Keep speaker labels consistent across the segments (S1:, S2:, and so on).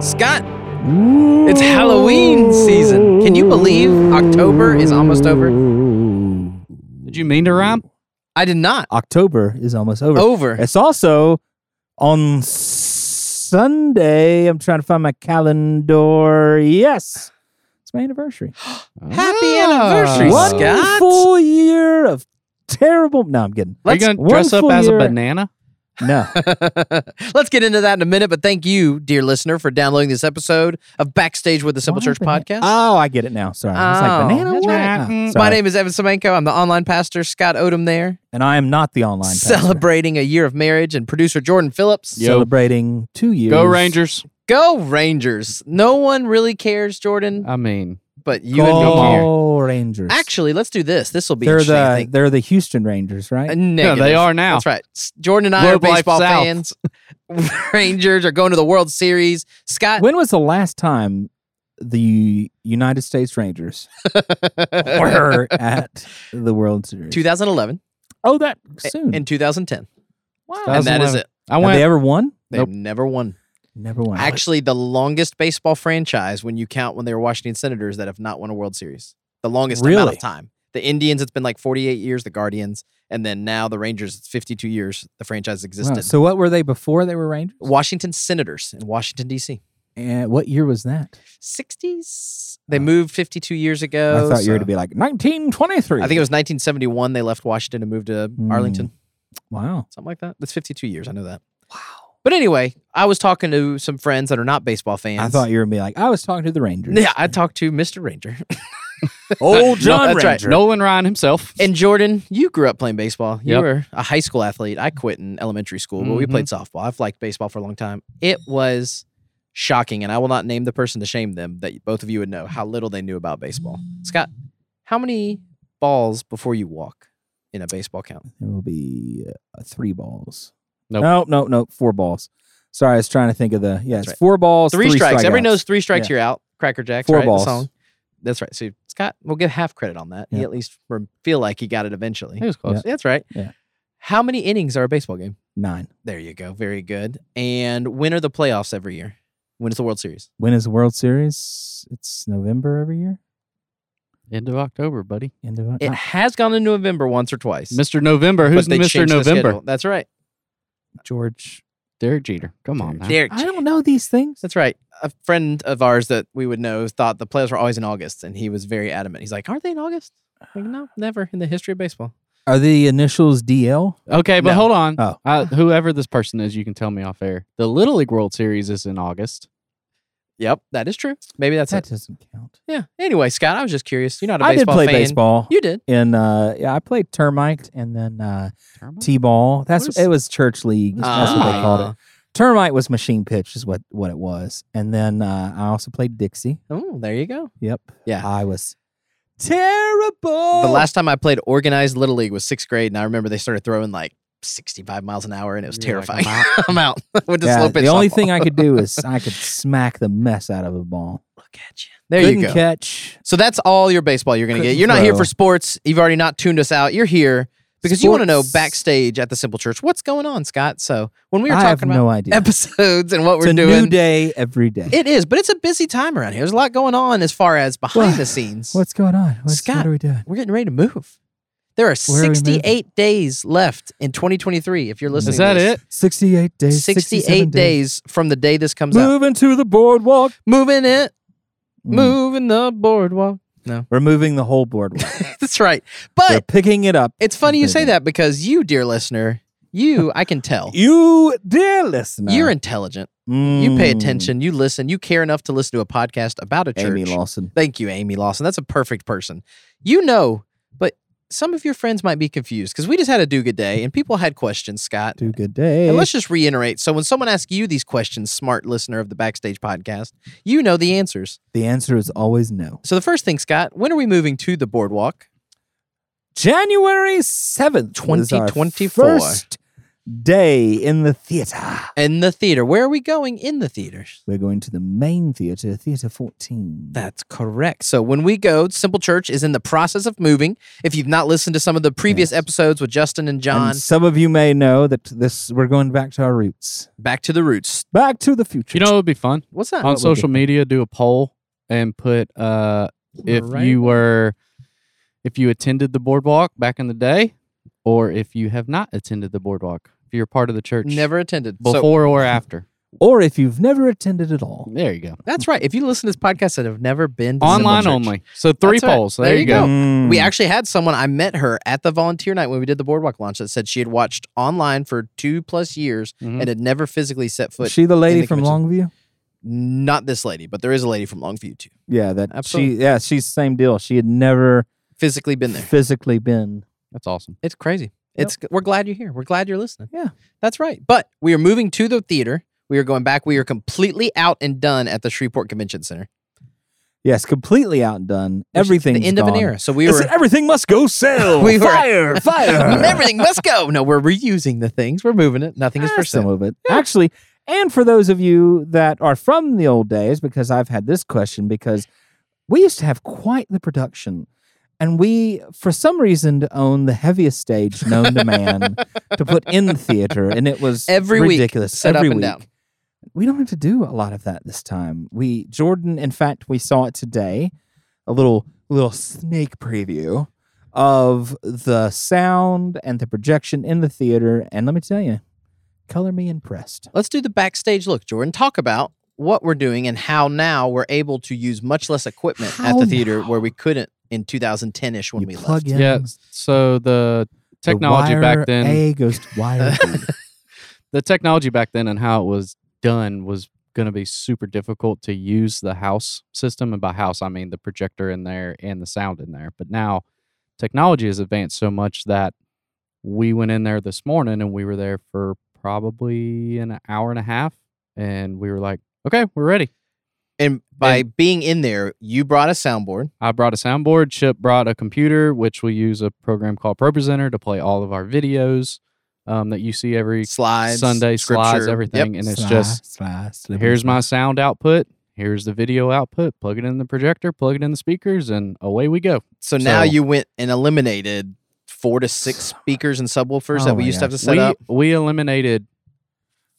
S1: Scott, it's Halloween season. Can you believe October is almost over?
S2: Did you mean to rhyme?
S1: I did not.
S3: October is almost over.
S1: Over.
S3: It's also on Sunday. I'm trying to find my calendar. Yes. It's my anniversary.
S1: Happy
S2: Ah.
S1: anniversary,
S3: One
S1: Scott.
S3: full year of terrible. No, I'm kidding.
S2: Are you
S1: Let's,
S2: going to
S3: one
S2: dress up
S3: full
S2: as a
S3: year-
S2: banana?
S3: No.
S1: let's get into that in a minute, but thank you, dear listener, for downloading this episode of Backstage with the Simple
S3: Why
S1: Church
S3: bana-
S1: podcast.
S3: Oh, I get it now. Sorry. I was
S1: Oh, Mm-hmm.
S3: like, banana
S2: that's
S3: what?
S2: right.
S3: Oh,
S2: Mm.
S1: My
S3: sorry.
S1: name is Evan Semenko. I'm the online pastor, Scott Odom there,
S3: and I am not the online pastor.
S1: celebrating a year of marriage, and producer Jordan Phillips.
S2: Yo.
S3: Celebrating two years.
S2: Go Rangers.
S1: Go Rangers. No one really cares, Jordan,
S2: I mean,
S1: but you and me care.
S3: Go Rangers.
S1: Actually, let's do this. This will be
S3: they're
S1: interesting. I
S3: the
S1: think.
S3: they're the Houston Rangers,
S1: Uh,
S3: right?
S2: yeah, they
S1: negative.
S2: are now.
S1: That's right. S- Jordan and I
S2: Globe
S1: are
S2: Life
S1: baseball
S2: South.
S1: fans. Rangers are going to the World Series. Scott,
S3: when was the last time the United States Rangers were at the World Series?
S1: 2011
S3: Oh, that
S1: a-
S3: soon.
S1: and 2010,
S3: wow.
S1: and that is
S2: 2011.
S1: it.
S2: I
S3: Have they
S2: went.
S3: ever won?
S1: They've
S2: Nope.
S1: never won.
S3: Never won.
S1: Actually, the longest baseball franchise when you count when they were Washington Senators that have not won a World Series. The longest amount
S3: Really?
S1: of time. The Indians, it's been like 48 years. The Guardians, and then now the Rangers. It's 52 years the franchise
S3: Wow.
S1: existed.
S3: So what were they before they were Rangers?
S1: Washington Senators in Washington D.C.
S3: And what year was that?
S1: 60s. They moved 52 years ago.
S3: I thought you were
S1: Oh, so-
S3: to be like 1923.
S1: I think it was 1971. They left Washington and moved to
S3: Hmm.
S1: Arlington,
S3: Wow.
S1: something like that. That's 52 years. I know that. Wow. But anyway, I was talking to some friends that are not baseball fans.
S3: I thought you were gonna be like I was talking to the Rangers.
S1: Yeah, I talked to Mr. Ranger
S3: old
S2: No,
S3: John
S1: that's right.
S3: Ranger.
S2: Nolan Ryan himself.
S1: and Jordan. You grew up playing baseball. You
S2: Yep.
S1: were a high school athlete. I quit in elementary school, but we played
S3: Mm-hmm.
S1: softball. I've liked baseball for a long time. It was shocking, and I will not name the person to shame them. That both of you would know how little they knew about baseball. Scott, how many balls before you walk in a baseball count?
S3: There will be uh, three balls.
S2: Nope.
S3: Nope. Nope. Nope. Four balls. Sorry, I was trying to think of the. Yeah,
S1: That's
S3: it's
S1: right.
S3: four balls.
S1: three, strikes. Everybody
S3: strikeouts.
S1: knows three strikes,
S3: Yeah.
S1: you're out. Cracker Jacks,
S3: Four
S1: right? The
S3: balls.
S1: song. That's right. So Scott, we'll give half credit on that. He
S3: Yeah.
S1: at least re- feel like he got it eventually.
S2: He was close.
S3: Yeah.
S1: That's right.
S3: Yeah.
S1: How many innings are a baseball game?
S3: Nine.
S1: There you go. Very good. And when are the playoffs every year? When is the World Series?
S3: When is the World Series? It's November every year.
S2: End of October, buddy.
S3: End of
S1: It has gone into November once or twice.
S2: Mr. November. Who's
S1: but they
S2: Mr.
S1: changed the
S2: November?
S1: schedule. That's right.
S3: George.
S2: Derek Jeter. Come on.
S3: Derek
S2: now.
S1: Derek.
S3: I don't know these things.
S1: That's right. A friend of ours that we would know thought the playoffs were always in August, and he was very adamant. He's like, "Aren't they in August?" Like, no, never in the history of baseball.
S3: Are the initials DL?
S2: Okay, but
S1: No.
S2: hold on.
S3: Oh.
S2: Uh, whoever this person is, you can tell me off air. The Little League World Series is in August.
S1: Yep, that is true. Maybe that's it.
S3: That doesn't count.
S1: Yeah. Anyway, Scott, I was just curious. You're not a
S3: I did
S1: baseball
S3: play
S1: fan.
S3: baseball.
S1: You did.
S3: in uh, yeah, I played termite and then uh,
S2: Termite?
S3: t-ball. That's
S2: What is-
S3: it was church league.
S2: what is
S3: That's what
S1: Ah.
S3: they
S2: termite?
S3: called it. Termite was machine pitch, is what what it was. And then uh, I also played Dixie.
S1: Oh, there you go.
S3: Yep.
S1: Yeah.
S3: I was terrible.
S1: The last time I played organized little league was sixth grade, and I remember they started throwing like 65 miles an hour, and it was
S2: You're like,
S1: terrifying.
S2: I'm out.
S1: I'm out with the
S3: Yeah,
S1: slow
S3: the
S1: pitch.
S3: only
S1: softball.
S3: thing I could do is I could smack the mess out of a ball.
S1: look at you. There
S3: Couldn't
S1: you go.
S3: catch.
S1: so that's all your baseball you're going to get.
S3: Couldn't
S1: You're not here for
S3: throw.
S1: sports. You've already not tuned us out. You're here because you want to know
S3: Sports.
S1: backstage at the Simple Church what's going on, Scott. So when we were
S3: I have
S1: talking about
S3: no idea.
S1: episodes and what
S3: it's
S1: we're
S3: a
S1: doing,
S3: new day every day.
S1: it is, but it's a busy time around here. There's a lot going on as far as behind
S3: Well,
S1: the scenes.
S3: What's going on? What's,
S1: Scott,
S3: what are we doing?
S1: We're getting ready to move. There are
S3: Where are we moving?
S1: 68 days left in 2023. If you're listening,
S2: Is that
S1: to
S2: it?
S1: this.
S3: 68 days.
S1: 68
S3: 67
S1: days from the day this comes out.
S3: Moving to the boardwalk.
S1: Moving it,
S3: Mm.
S1: moving the boardwalk. No,
S3: We're moving the whole boardwalk.
S1: that's right.
S3: We're
S1: But
S3: picking it up.
S1: it's funny you say
S3: Moving.
S1: that because you, dear listener, you, I can tell,
S3: You, dear listener, Mm.
S1: you're intelligent. You pay attention. You listen. You care enough to listen to a podcast about a church.
S3: Amy Lawson.
S1: Thank you, Amy Lawson. That's a perfect person. You know, but some of your friends might be confused because we just had a do good day and people had questions, Scott.
S3: Do good day.
S1: And let's just reiterate. So when someone asks you these questions, smart listener of the Backstage podcast, you know the answers.
S3: the answer is always no.
S1: So the first thing, Scott, when are we moving to the boardwalk?
S3: January 7th, was our
S1: 2024.
S3: First day in the theater.
S1: In the theater. Where are we going in the theaters?
S3: We're going to the main theater, Theater 14.
S1: That's correct. So when we go, Simple Church is in the process of moving. If you've not listened to some of the previous
S3: Yes.
S1: episodes with Justin and
S3: And
S1: John,
S3: some of you may know that this we're going back to our roots,
S1: back to the roots.
S3: back to the future.
S2: You know, it would be fun
S1: What's that?
S2: on
S3: would be
S2: social media. Do a poll and put uh, if
S1: Right.
S2: you were if you attended the boardwalk back in the day, or if you have not attended the boardwalk. If you're part of the church,
S1: Never attended. So-
S2: before or after.
S3: or if you've never attended at all,
S2: There you go.
S1: That's right. If you listen to this podcast and have never been to
S2: Online
S1: Simple Church-
S2: only. So three
S1: That's right.
S2: polls. There, you go.
S1: We
S3: Mm.
S1: actually had someone. I met her at the volunteer night when we did the boardwalk launch. That said, she had watched online for two plus years
S2: Mhm.
S1: and had never physically set foot.
S3: Is Hmm. she the lady
S1: the
S3: from Longview?
S1: Not this lady, but there is a lady from Longview too.
S3: Yeah, that
S1: Absolutely.
S3: she. Yeah, she's same deal. She had never
S1: Physically been there.
S3: physically been.
S2: That's awesome.
S1: It's crazy.
S3: Yep.
S1: It's we're glad you're here. We're glad you're listening.
S3: Yeah.
S1: that's right. But we are moving to the theater. We are going back. We are completely out and done at the Shreveport Convention Center.
S3: Yes, completely outdone.
S1: which is
S3: Everything.
S1: the end of an era. So we
S3: It's
S1: were
S3: an everything must go sell.
S1: We were-
S3: fire, fire.
S1: everything must go. No, we're reusing the things. We're moving it. Nothing is
S3: Ah,
S1: for
S3: some
S1: sale.
S3: of it actually. And for those of you that are from the old days, because I've had this question, because we used to have quite the production, and we, for some reason, to own the heaviest stage known to man to put in the theater, and it was
S1: Every week,
S3: ridiculous.
S1: set
S3: Every
S1: up and
S3: week.
S1: down.
S3: we don't have to do a lot of that this time. We Jordan, in fact, we saw it today, a little little sneak preview of the sound and the projection in the theater. And let me tell you, color me impressed.
S1: Let's do the backstage look, Jordan. Talk about what we're doing and how now we're able to use much less equipment at
S3: How
S1: the theater
S3: now?
S1: where we couldn't in 2010 ish when
S3: you
S1: we
S3: plug
S1: left.
S3: in
S2: Yeah. So the
S3: the
S2: technology
S3: wire
S2: back then,
S3: A goes to wire B.
S2: the technology back then, and how it was done was going to be super difficult to use the house system. And by house, I mean the projector in there and the sound in there. But now, technology has advanced so much that we went in there this morning and we were there for probably an hour and a half, and we were like, "Okay, we're ready."
S1: And by being in there, you brought a soundboard.
S2: I brought a soundboard. Chip brought a computer, which we use a program called ProPresenter to play all of our videos um, that you see every
S1: Slides,
S2: Sunday, slides,
S1: scripture.
S2: everything.
S1: Yep.
S2: And it's
S3: Sly,
S2: just
S3: sly, slippery,
S2: here's
S3: sly.
S2: my sound output, here's the video output, plug it in the projector, plug it in the speakers, and away we go.
S1: So now
S2: So-
S1: you went and eliminated four to six speakers and subwoofers
S3: Oh
S1: that we
S3: my
S1: used to have
S3: gosh.
S1: to set
S2: we,
S1: up.
S2: we eliminated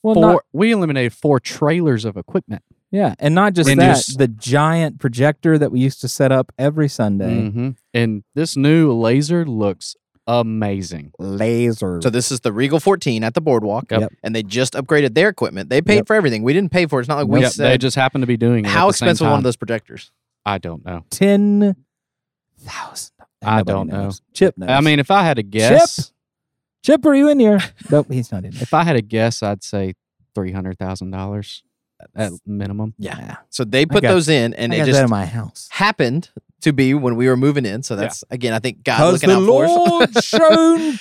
S3: well,
S2: four.
S3: not,
S2: we eliminated four trailers of equipment.
S3: yeah, and not just
S2: And
S3: that,
S2: just-
S3: the giant projector that we used to set up every Sunday.
S2: Mhm. And this new laser looks amazing.
S3: Laser.
S1: So this is the Regal 14 at the boardwalk,
S3: Yep.
S1: and they just upgraded their equipment. They paid
S3: Yep.
S1: for everything. We didn't pay for it. It's not like we
S2: Yep, they
S1: said.
S2: just happen to be doing it. at
S1: how
S2: the same
S1: expensive one
S2: time.
S1: of those projectors?
S2: I don't know.
S3: ten thousand.
S2: I don't know.
S3: Chip knows.
S2: I mean, if I had to guess,
S3: Chip, are you in here? nope, he's not in. Here.
S2: If I had a guess, I'd say three hundred thousand dollars at minimum.
S1: Yeah.
S3: Nah,
S1: So they put
S3: got-
S1: those in, and
S3: I
S1: it
S3: got
S1: just
S3: that in my house.
S1: happened to be when we were moving in. So that's again, I think God looking
S3: the
S1: out for us.
S3: Lord shown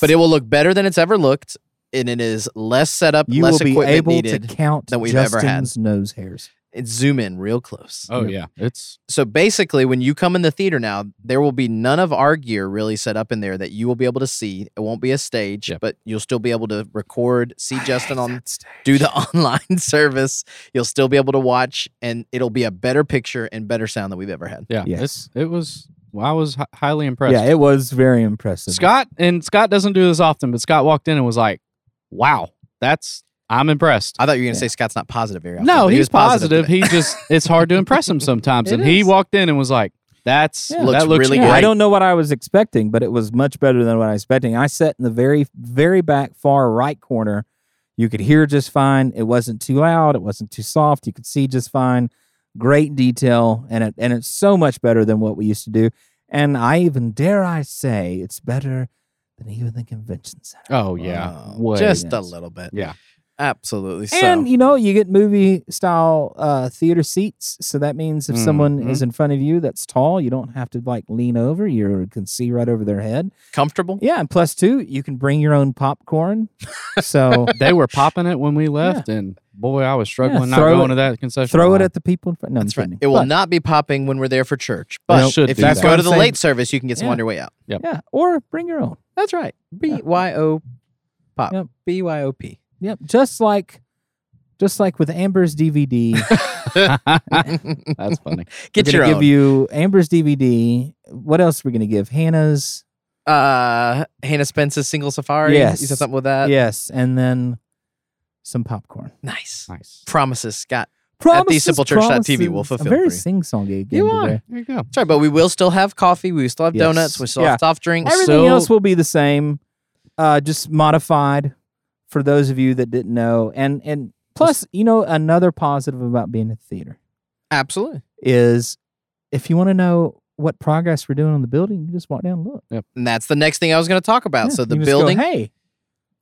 S1: But it will look better than it's ever looked, and it is less setup,
S3: you
S1: less
S3: will be
S1: equipment
S3: able
S1: needed.
S3: to count
S1: than we've ever
S3: Justin's
S1: had.
S3: nose hairs.
S1: It's zoom in real close.
S2: Oh
S3: Yep.
S2: yeah, it's
S1: So basically, when you come in the theater now, there will be none of our gear really set up in there that you will be able to see. It won't be a stage,
S2: Yep.
S1: but you'll still be able to record, see Justin on do the online service. You'll still be able to watch, and it'll be a better picture and better sound than we've ever had.
S2: yeah,
S3: Yes.
S2: it's it was. Well, I was hi- highly impressed.
S3: Yeah, it was very impressive.
S2: Scott and Scott doesn't do this often, but Scott walked in and was like, "Wow, that's I'm impressed."
S1: I thought you were gonna
S3: Yeah.
S1: say Scott's not positive very often.
S2: No,
S1: but
S2: he's
S1: he was
S2: positive.
S1: today.
S2: He just it's hard to impress him sometimes,
S1: It
S2: and he
S1: is.
S2: walked in and was like, "That's
S3: Yeah.
S1: Looks
S2: that looks
S1: really
S2: great."
S3: Yeah, I
S1: great.
S3: don't know what I was expecting, but it was much better than what I was expecting. I sat in the very, very back, far right corner. You could hear just fine. It wasn't too loud. It wasn't too soft. You could see just fine. Great detail, and it and it's so much better than what we used to do. And I even dare I say it's better than even the convention center.
S2: Oh yeah,
S1: Wow.
S2: Way.
S1: just a
S3: yes.
S1: little bit.
S2: Yeah.
S1: absolutely.
S3: And
S1: so
S3: you know, you get movie style uh, theater seats, so that means if someone
S2: Mhm.
S3: is in front of you that's tall, you don't have to like lean over. You can see right over their head.
S1: comfortable.
S3: Yeah, and plus two, you can bring your own popcorn. So
S2: they were popping it when we left, and boy, I was struggling not
S3: throw
S2: going
S3: it-
S2: to that concession.
S3: throw it
S2: line.
S3: at the people in front. No,
S1: That's
S3: I'm
S1: right.
S3: kidding.
S1: It will
S3: But,
S1: not be popping when we're there for church,
S2: Well,
S1: but
S2: should
S1: if
S2: do
S1: you
S2: that.
S1: go to
S3: That's
S1: the
S3: what I'm
S1: late service, you can get some
S3: Yeah.
S1: on your way out.
S3: Yeah, or bring your own.
S1: That's right. B Y O Pop.
S3: Yep.
S1: B Y O P.
S3: Yep. Just like, just like with Amber's DVD,
S2: That's funny.
S1: Get
S3: we're
S1: your
S3: gonna
S1: own.
S3: give you Amber's DVD. What else are we gonna give? Hannah's.
S1: uh, Hannah Spence's single safari.
S3: Yes.
S1: You said something with that.
S3: yes, and then some popcorn.
S1: Nice.
S2: Nice.
S1: Promises, Scott.
S3: Promises,
S1: TheSimpleChurch.tv will
S3: promises.
S1: fulfill
S3: I'm very
S1: for you.
S3: sing-songy. again
S2: You are.
S3: today.
S2: There you go.
S1: Sorry, but we will still have coffee. We still have donuts.
S2: Yes.
S1: We still
S3: Yeah.
S1: have soft drinks.
S3: Everything
S2: So-
S3: else will be the same, uh, just modified. For those of you that didn't know, and and plus, you know, another positive about being at the theater
S1: Absolutely.
S3: is if you want to know what progress we're doing on the building, you just walk down and look.
S1: And that's the next thing I was going to talk about.
S3: Yeah,
S1: so the
S3: you just go,
S1: building.
S3: hey,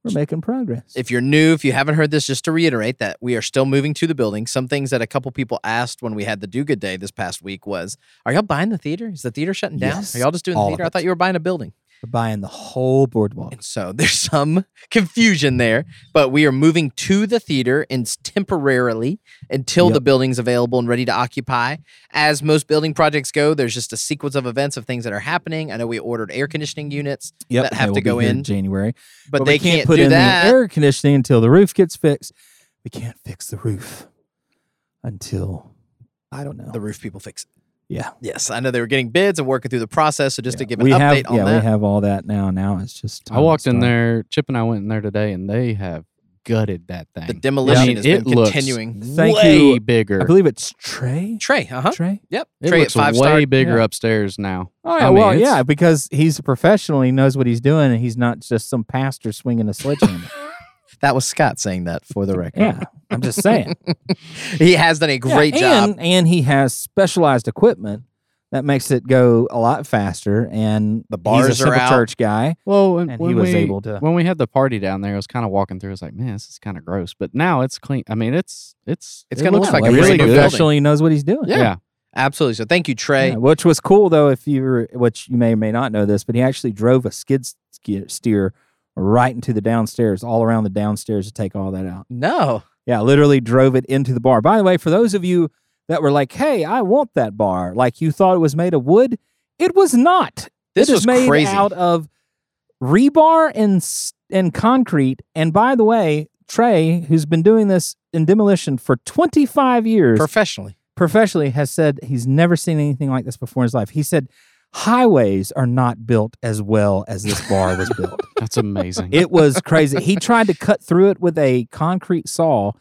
S3: we're making progress.
S1: if you're new, if you haven't heard this, just to reiterate that we are still moving to the building. Some things that a couple people asked when we had the Do Good Day this past week was, "Are y'all buying the theater? Is the theater shutting down?
S3: Yes,
S1: Are y'all just doing the
S3: all of
S1: theater? I
S3: it.
S1: thought you were buying a building."
S3: we're buying the whole boardwalk.
S1: And so there's some confusion there, but we are moving to the theater and s- temporarily until the
S3: Yep.
S1: building's available and ready to occupy. As most building projects go, there's just a sequence of events of things that are happening. I know we ordered air conditioning units,
S3: Yep,
S1: that have
S3: they
S1: to
S3: will be
S1: go
S3: here
S1: in.
S3: January,
S1: but,
S3: But
S1: they
S3: we
S1: can't,
S3: put
S1: do
S3: in
S1: that.
S3: the air conditioning until the roof gets fixed. We can't fix the roof until I don't know.
S1: the roof people fix it.
S3: Yeah.
S1: Yes, I know they were getting bids and working through the process. So just to
S3: Yeah,
S1: give an
S3: we
S1: update
S3: have,
S1: on
S3: yeah,
S1: that,
S3: we have all that now. Now it's just
S2: I walked in
S3: time to
S2: there. Chip and I went in there today, and they have gutted that thing.
S1: the demolition
S2: mean,
S1: has
S2: it
S1: been
S2: looks
S1: continuing.
S3: Thank
S2: way
S3: you.
S2: bigger.
S3: start. I believe it's Trey.
S1: Trey, uh huh.
S3: Trey.
S1: Yep.
S2: it
S1: Trey at
S2: looks way
S1: five star.
S2: bigger
S3: Yeah.
S2: upstairs now.
S3: Oh
S2: I
S3: yeah,
S2: mean,
S3: well,
S2: it's-
S3: yeah, because he's a professional. He knows what he's doing, and he's not just some pastor swinging a sledgehammer.
S1: That was Scott saying that for the record.
S3: yeah, I'm just saying.
S1: He has done a
S3: Yeah,
S1: great job.
S3: and, and he has specialized equipment that makes it go a lot faster. And
S1: The
S3: he's
S1: bars
S3: a
S1: are
S3: simple
S1: out.
S3: church guy,
S2: Well, when,
S3: and
S2: when
S3: he was
S2: we,
S3: able to.
S2: when we had the party down there, I was kind of walking through. I was like, man, this is kind of gross. But now it's clean. I mean, it's it's
S1: It's
S2: it
S1: gonna
S2: looks
S1: look like
S2: like
S1: a
S2: really
S1: brand new
S2: good.
S1: building.
S3: professional. He knows what he's doing.
S1: Yeah.
S2: Yeah.
S1: Absolutely. So thank you, Trey.
S3: Yeah, which was cool though. If you were, which you may or may not know this, but he actually drove a skid ske- steer right into the downstairs, all around the downstairs to take all that out.
S1: No.
S3: Yeah, literally drove it into the bar. By the way, for those of you that were like, "Hey, I want that bar," like you thought it was made of wood, it was not.
S1: This
S3: it
S1: was
S3: is made
S1: crazy.
S3: out of rebar and s- and concrete. And by the way, Trey, who's been doing this in demolition for 25 years
S1: professionally.
S3: professionally, has said he's never seen anything like this before in his life. He said highways are not built as well as this bar was built.
S2: That's amazing.
S3: It was crazy. He tried to cut through it with a concrete saw.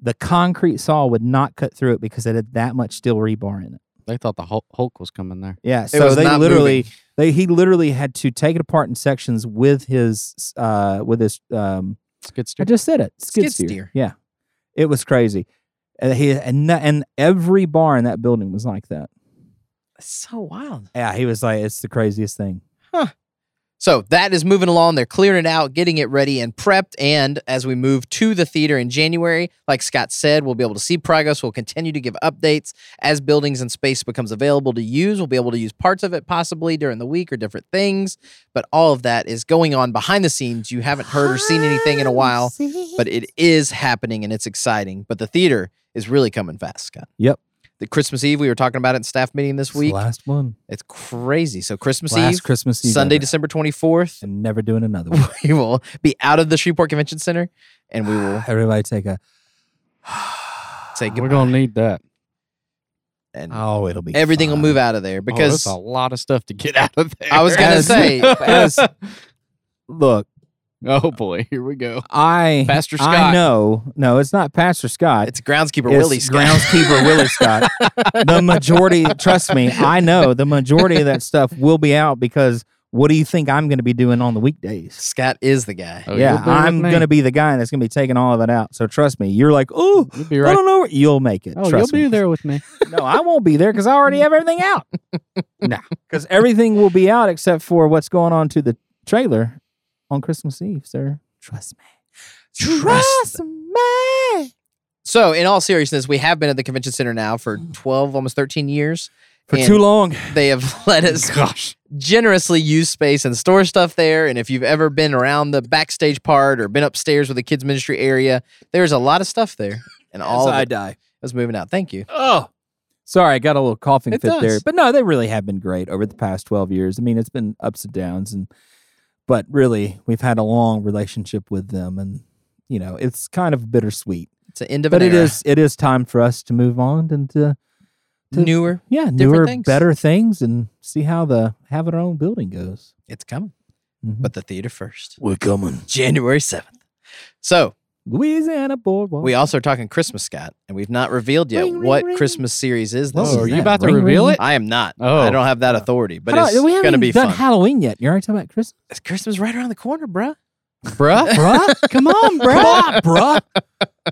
S3: The concrete saw would not cut through it because it had that much steel rebar in it.
S2: they thought the Hulk, Hulk was coming there.
S3: Yeah,
S1: was
S3: so they
S1: not
S3: literally
S1: moving.
S3: they he literally had to take it apart in sections with his uh with his um I
S2: Skid steer.
S3: just said it skid,
S1: Skid
S3: steer.
S1: steer.
S3: Yeah, it was crazy. And he and no- and every bar in that building was like that.
S1: That's so wild.
S3: Yeah, he was like, it's the craziest thing.
S1: So that is moving along. They're clearing it out, getting it ready and prepped. And as we move to the theater in January, like Scott said, we'll be able to see progress. We'll continue to give updates as buildings and space becomes available to use. We'll be able to use parts of it possibly during the week or different things. But all of that is going on behind the scenes. You haven't heard or seen anything in a while, but it is happening and it's exciting. But the theater is really coming fast, Scott.
S3: Yep.
S1: The Christmas Eve, we were talking about it in staff meeting this
S3: It's the
S1: week.
S3: last one,
S1: It's crazy. So Christmas
S3: last
S1: Eve,
S3: Christmas Eve
S1: Sunday,
S3: ever.
S1: December 24th,
S3: and never doing another one.
S1: we will be out of the Shreveport Convention Center and we will
S3: Everybody take a.
S1: say
S2: We're
S1: goodbye.
S2: gonna need that
S1: and
S3: Oh, it'll be
S1: everything will
S3: fine.
S1: move out of there
S2: Oh, that's
S1: because
S2: a lot of stuff to get out of there.
S1: I was gonna
S3: As-
S1: say-
S3: as- look,
S2: oh boy, here we go.
S3: I
S2: Pastor
S3: I
S2: Scott.
S3: know, no, it's not Pastor Scott.
S1: it's groundskeeper
S3: It's
S1: Willie Scott.
S3: groundskeeper Willie Scott. The majority, trust me, I know the majority of that stuff will be out because what do you think I'm going to be doing on the weekdays?
S1: Scott is the guy.
S2: Oh,
S3: yeah,
S2: you'll be with
S3: I'm
S2: me.
S3: going to be the guy that's going to be taking all of it out. So trust me, you're like, oh,
S2: You'll be
S3: I
S2: right.
S3: don't know, where-" you'll make it.
S2: Oh, you'll
S3: trust me.
S2: be there with me.
S3: No, I won't be there because I already have everything out. nah, because everything will be out except for what's going on to the trailer on Christmas Eve, sir. Trust me.
S1: Trust
S3: me.
S1: So, in all seriousness, we have been at the convention center now for 12, almost 13 years.
S3: For
S1: And
S3: too long.
S1: They have let us
S2: Gosh,
S1: generously use space and store stuff there. And if you've ever been around the backstage part or been upstairs with the kids ministry area, there's a lot of stuff there. And all of it
S3: die.
S1: was moving out. Thank you.
S3: Oh. Sorry, I got a little coughing
S1: It
S3: fit there.
S1: does.
S3: But no, they really have been great over the past 12 years. I mean, it's been ups and downs and But really, we've had a long relationship with them, and you know, it's kind of bittersweet.
S1: It's an end of
S3: But
S1: an
S3: it
S1: era.
S3: is it is time for us to move on and uh, to to-
S1: newer.
S3: yeah newer,
S1: things.
S3: better things, and see how the having our own building goes.
S1: It's coming,
S3: Mhm.
S1: but the theater first,
S3: we're coming,
S1: January seventh. So
S3: Louisiana boardwalk.
S1: we also are talking Christmas, Scott, and we've not revealed yet
S3: Oh. Ring, ring,
S1: what
S3: ring.
S1: Christmas series is this.
S3: Whoa,
S1: is
S2: Oh, are you
S1: that.
S2: about to
S3: ring,
S2: reveal
S3: ring?
S2: it?
S1: I am not.
S2: Oh.
S1: I don't have that authority, but
S3: How-
S1: it's
S3: Uh, we haven't
S1: going to
S3: even
S1: be
S3: done
S1: fun.
S3: Halloween yet. You're already talking about Christmas,
S1: It's Christmas right around the corner, bruh.
S2: Bruh.
S3: bruh. Come on, bruh. Come on, bruh.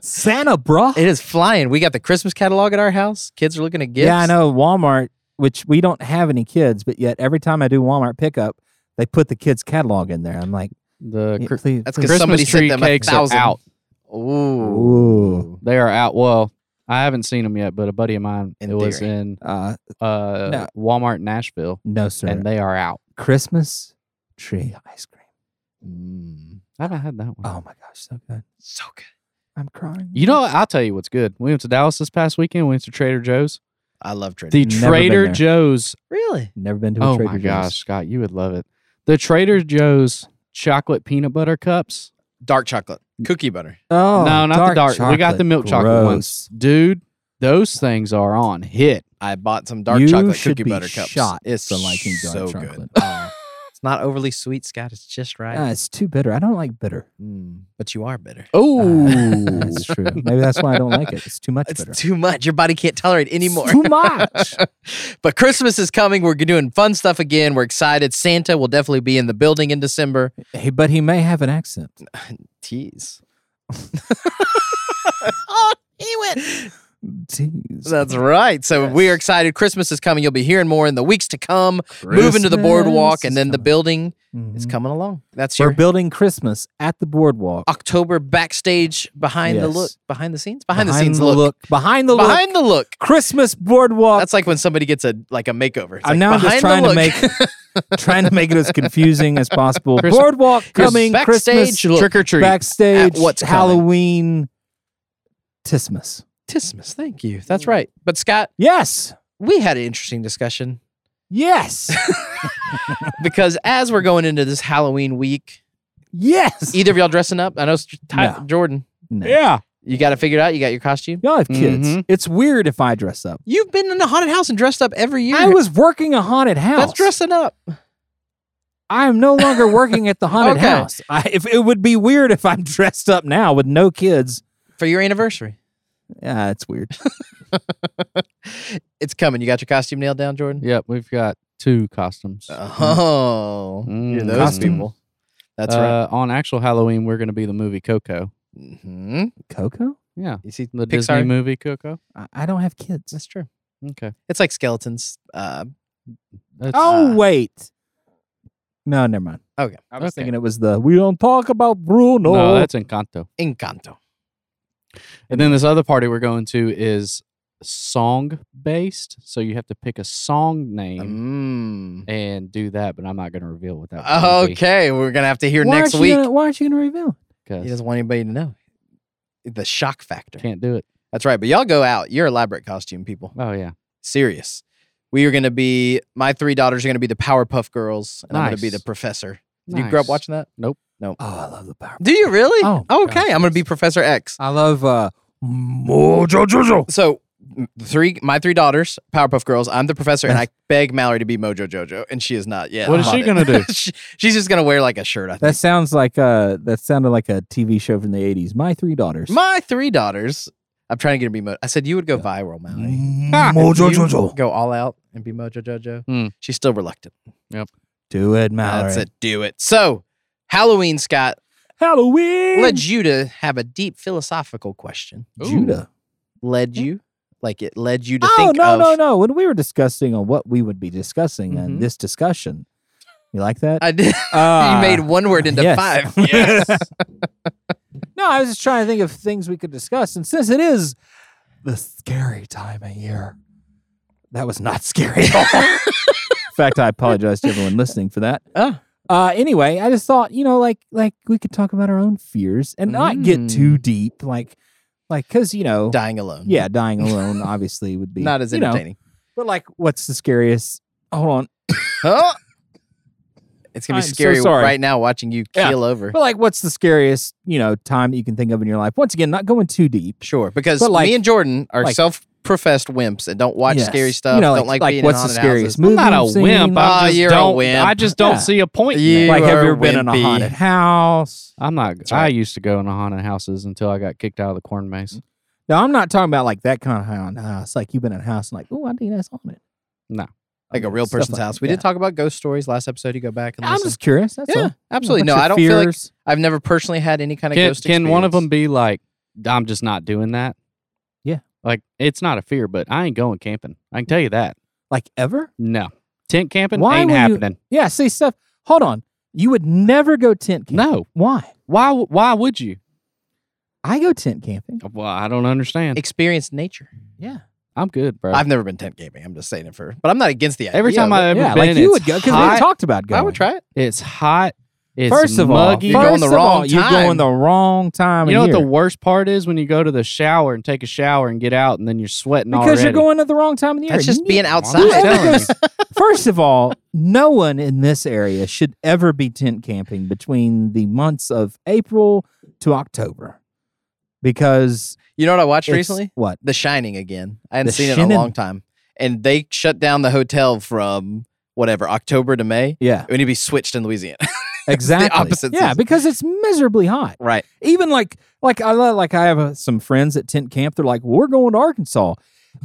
S3: Santa, bruh.
S1: It is flying. We got the Christmas catalog at our house. Kids are looking at gifts.
S3: Yeah, I know Walmart, which we don't have any kids, but yet every time I do Walmart pickup, they put the kids catalog in there. I'm like,
S2: The
S3: yeah,
S2: cr-
S3: please,
S1: That's
S3: please.
S1: because
S2: Christmas
S1: somebody
S2: tree
S1: sent them a
S2: cakes are
S1: thousand.
S2: out.
S1: Ooh.
S3: Ooh.
S2: They are out. Well, I haven't seen them yet, but a buddy of mine
S1: In
S2: it was
S1: theory.
S2: in
S3: Uh,
S2: uh,
S3: No.
S2: Walmart Nashville,
S3: no, sir.
S2: and they are out.
S3: Christmas tree ice cream.
S1: Mm.
S2: I haven't had that one.
S3: Oh my gosh, so good.
S1: So good.
S3: I'm crying.
S2: You know, I'll tell you what's good. We went to Dallas this past weekend. We went to Trader Joe's.
S1: I love Trader.
S2: The
S1: Joe's.
S3: Never been
S2: Trader
S3: there.
S2: Joe's.
S1: really?
S3: Never been to a
S2: Oh
S3: Trader
S2: my
S3: Joe's.
S2: gosh, Scott, you would love it. The Trader Joe's chocolate peanut butter cups,
S1: Dark chocolate. Cookie butter.
S3: Oh,
S2: No, not the dark. We got the
S3: chocolate.
S2: milk chocolate
S3: Gross.
S2: ones. dude. Those things are on hit.
S1: I bought some dark
S3: You
S1: chocolate
S3: should
S1: cookie
S3: be
S1: butter cups.
S3: shot
S1: it's
S3: for liking dark
S1: so good.
S3: chocolate.
S1: Oh, it's not overly sweet, Scott. It's just right.
S3: Ah, it's too bitter. I don't like bitter. Uh,
S1: Mm, but you are bitter.
S2: Oh,
S3: that's true. Maybe that's why I don't like it. It's too much
S1: It's
S3: bitter.
S1: too much. Your body can't tolerate anymore.
S3: It's Too much.
S1: but Christmas is coming. We're doing fun stuff again. We're excited. Santa will definitely be in the building in December.
S3: He- but he may have an accent.
S1: Tease. oh, he went.
S3: Jeez.
S1: That's right. So we are
S3: Yes.
S1: excited. Christmas is coming. You'll be hearing more in the weeks to come. Moving to the
S3: Christmas
S1: boardwalk, and
S3: is
S1: then the
S3: coming.
S1: building
S3: Mhm.
S1: is coming along. That's
S3: We're
S1: your
S3: building Christmas at the boardwalk.
S1: October backstage behind the
S3: Yes.
S1: look, behind the scenes, behind, the scenes look,
S3: Behind the look.
S1: behind the look.
S3: Christmas boardwalk.
S1: That's like when somebody gets a like a makeover. It's like,
S3: I'm now
S1: behind
S3: just
S1: the
S3: trying to
S1: look.
S3: make trying to make it as confusing as possible.
S2: Christmas-
S3: boardwalk coming
S1: backstage
S3: Christmas
S1: look.
S2: trick or treat.
S3: backstage
S1: at what's coming.
S3: Halloween Tismas.
S1: Tismas. Thank you. That's right. But Scott,
S3: Yes.
S1: we had an interesting discussion
S3: Yes.
S1: because as we're going into this Halloween week,
S3: yes.
S1: either of y'all dressing up? I know it's Ty-
S3: No.
S1: Jordan.
S3: No.
S2: Yeah,
S1: You got to figure it out. You got your costume.
S3: Y'all have kids.
S1: Mm-hmm.
S2: Mhm.
S3: It's weird if I dress up.
S1: You've been in a haunted house and dressed up every year.
S3: I was working a haunted house.
S1: That's dressing up.
S3: I am no longer working at the haunted
S1: Okay.
S3: house. I, if it would be weird if I'm dressed up now with no kids.
S1: for your anniversary.
S3: Yeah, it's weird.
S1: It's coming. You got your costume nailed down, Jordan?
S2: yep. We've got two costumes.
S1: Oh,
S2: Mm.
S1: you're those
S3: Costumes.
S1: people. That's right.
S2: Uh, On actual Halloween, we're going to be the movie Coco.
S1: hmm
S3: Coco?
S2: Yeah,
S1: You see,
S2: the
S1: Pixar?
S2: Disney movie Coco.
S3: I, I don't have kids.
S1: that's true.
S2: Okay.
S1: It's like skeletons. Uh,
S2: That's-
S3: Oh
S1: Uh,
S3: wait. No, never mind. I was
S2: okay.
S3: thinking it was the we don't talk about Bruno.
S2: No, that's Encanto.
S1: Encanto.
S2: And then this other party we're going to is song based. So you have to pick a song name
S1: Mm.
S2: and do that, but I'm not going to reveal what that one's gonna be,
S1: Okay, we're gonna have to hear
S3: why
S1: next
S3: aren't you
S1: week.
S3: Gonna, why aren't you going to reveal?
S2: 'cause
S1: He doesn't want anybody to know. The shock factor.
S2: can't do it.
S1: That's right. But y'all go out. You're elaborate costume people.
S2: Oh, yeah.
S1: Serious. We are gonna be. My three daughters are gonna be the Powerpuff Girls, and I'm gonna be
S2: Nice.
S1: the professor. Did you grow up
S2: Nice.
S1: watching that?
S3: Oh, I love the power.
S1: Do you really?
S3: Oh,
S1: okay.
S3: gosh,
S1: I'm gonna
S3: yes.
S1: be Professor X.
S3: I love uh Mojo Jojo.
S1: So m- the three, my three daughters, Powerpuff Girls. I'm the professor, and I beg Mallory to be Mojo Jojo, and she is not yet.
S2: What is
S1: on
S2: she
S1: it.
S2: gonna do?
S1: She- she's just gonna wear like a shirt. I think.
S3: That sounds like uh that sounded like a TV show from the 80s. My three daughters.
S1: my three daughters. I'm trying to get her to be Mojo. I said you would go viral,
S2: Mm-hmm.
S1: Mallory.
S3: Mm, Mojo
S1: You
S3: Jojo.
S1: Go all out and be Mojo Jojo.
S2: Hmm.
S1: She's still reluctant.
S3: Do it, Mallory.
S1: That's it. Do it. So Halloween, Scott
S3: Halloween.
S1: led you to have a deep philosophical question.
S2: Ooh.
S3: Judah.
S1: Led you, like it led you to
S3: Mm. Oh
S1: think
S3: no
S1: of.
S3: no no! When we were discussing on what we would be discussing
S2: Mhm.
S3: in this discussion, you like that?
S1: Mm-hmm. I did.
S3: Ah.
S1: you made one word into
S3: Yes.
S1: five.
S3: no, I was just trying to think of things we could discuss. And since it is the scary time of year, that was not scary at all. In fact, I apologize to everyone listening for that.
S1: Oh.
S3: Uh, anyway, I just thought, you know, like like we could talk about our own fears and not get
S2: Mm.
S3: too deep, like like because you know,
S1: Dying alone.
S3: yeah, dying alone obviously would be
S1: Not as
S3: you know,
S1: entertaining.
S3: but like, what's the scariest? Hold on,
S1: Huh? It's gonna be
S3: I'm so
S1: scary
S3: sorry.
S1: right now watching you
S3: Yeah.
S1: keel over.
S3: But like, what's the scariest you know time that you can think of in your life? Once again, not going too deep.
S1: Sure, because
S3: But, like-
S1: me and Jordan are
S3: like-
S1: self-professed wimps and don't watch
S3: Yes.
S1: scary stuff.
S3: You know,
S1: don't like, being
S3: what's
S1: in
S3: the
S1: haunted
S3: scariest
S1: houses.
S3: movie?
S2: I'm not a
S3: you've seen?
S2: wimp. I
S1: Ah,
S2: just
S1: you're a
S2: don't.
S1: wimp.
S2: I just don't
S3: Yeah.
S2: see a point. in
S1: You
S2: that.
S3: like, have you
S1: are
S3: ever been in a
S1: wimpy.
S3: haunted house?
S2: I'm not.
S1: all
S2: I
S1: right.
S2: used to go into haunted houses until I got kicked out of the corn maze.
S3: No, I'm not talking about like that kind of haunted house. Like you've been in a house and like, oh, I think that's haunted.
S2: No.
S1: Like a real
S3: Stuff
S1: person's
S3: like-
S1: house. We
S3: yeah.
S1: did talk about ghost stories last episode. You go back and
S3: I'm
S1: listen.
S3: just curious. That's
S1: yeah,
S3: all.
S1: absolutely. No,
S3: What's your
S1: I don't feel like
S3: fears?
S1: I've never personally had any kind of
S2: Can,
S1: ghost.
S2: can one of them
S1: experience.
S2: be like, I'm just not doing that?
S3: Yeah.
S2: Like it's not a fear, but I ain't going camping. I can tell you that.
S3: like ever.
S2: No. Tent camping
S3: Why
S2: ain't
S3: would you-
S2: happening.
S3: Yeah, see stuff. Hold on. You would never go tent camping.
S2: No.
S3: Why?
S2: Why? w- Why would you?
S3: I go tent camping.
S2: Well, I don't understand.
S1: experience nature?
S3: Yeah.
S2: I'm good, bro.
S1: I've never been tent camping. I'm just saying it for, but I'm not against the idea.
S2: Every time
S1: of
S2: I
S1: it.
S2: ever
S3: yeah,
S2: been,
S3: like you
S2: it's
S3: would go because
S2: hot.
S3: we talked about going.
S1: I would try it.
S2: it's hot. It's
S3: First of all,
S2: muggy.
S1: You're going
S3: first
S1: the
S3: of
S1: wrong
S3: all, you're going
S1: time.
S3: the wrong time.
S2: you know
S3: of
S2: what the
S3: year.
S2: worst part is when you go to the shower and take a shower and get out and then you're sweating
S3: because
S2: already.
S3: you're going at the wrong time of the year.
S1: That's just
S3: You-
S1: being
S2: I'm
S1: outside.
S3: Whoever
S2: telling you.
S3: goes, first of all, no one in this area should ever be tent camping between the months of April to October, because
S1: You know what I watched
S3: it's-
S1: recently?
S3: what
S1: The Shining again. I hadn't
S3: The
S1: seen it in
S3: Shining.
S1: a long time, and they shut down the hotel from whatever October to May.
S3: yeah
S1: It would be switched in Louisiana,
S3: exactly
S1: opposite
S3: yeah
S1: season.
S3: because it's miserably hot.
S1: right?
S3: even like like I love, like I have uh, some friends at tent camp. They're like, we're going to Arkansas.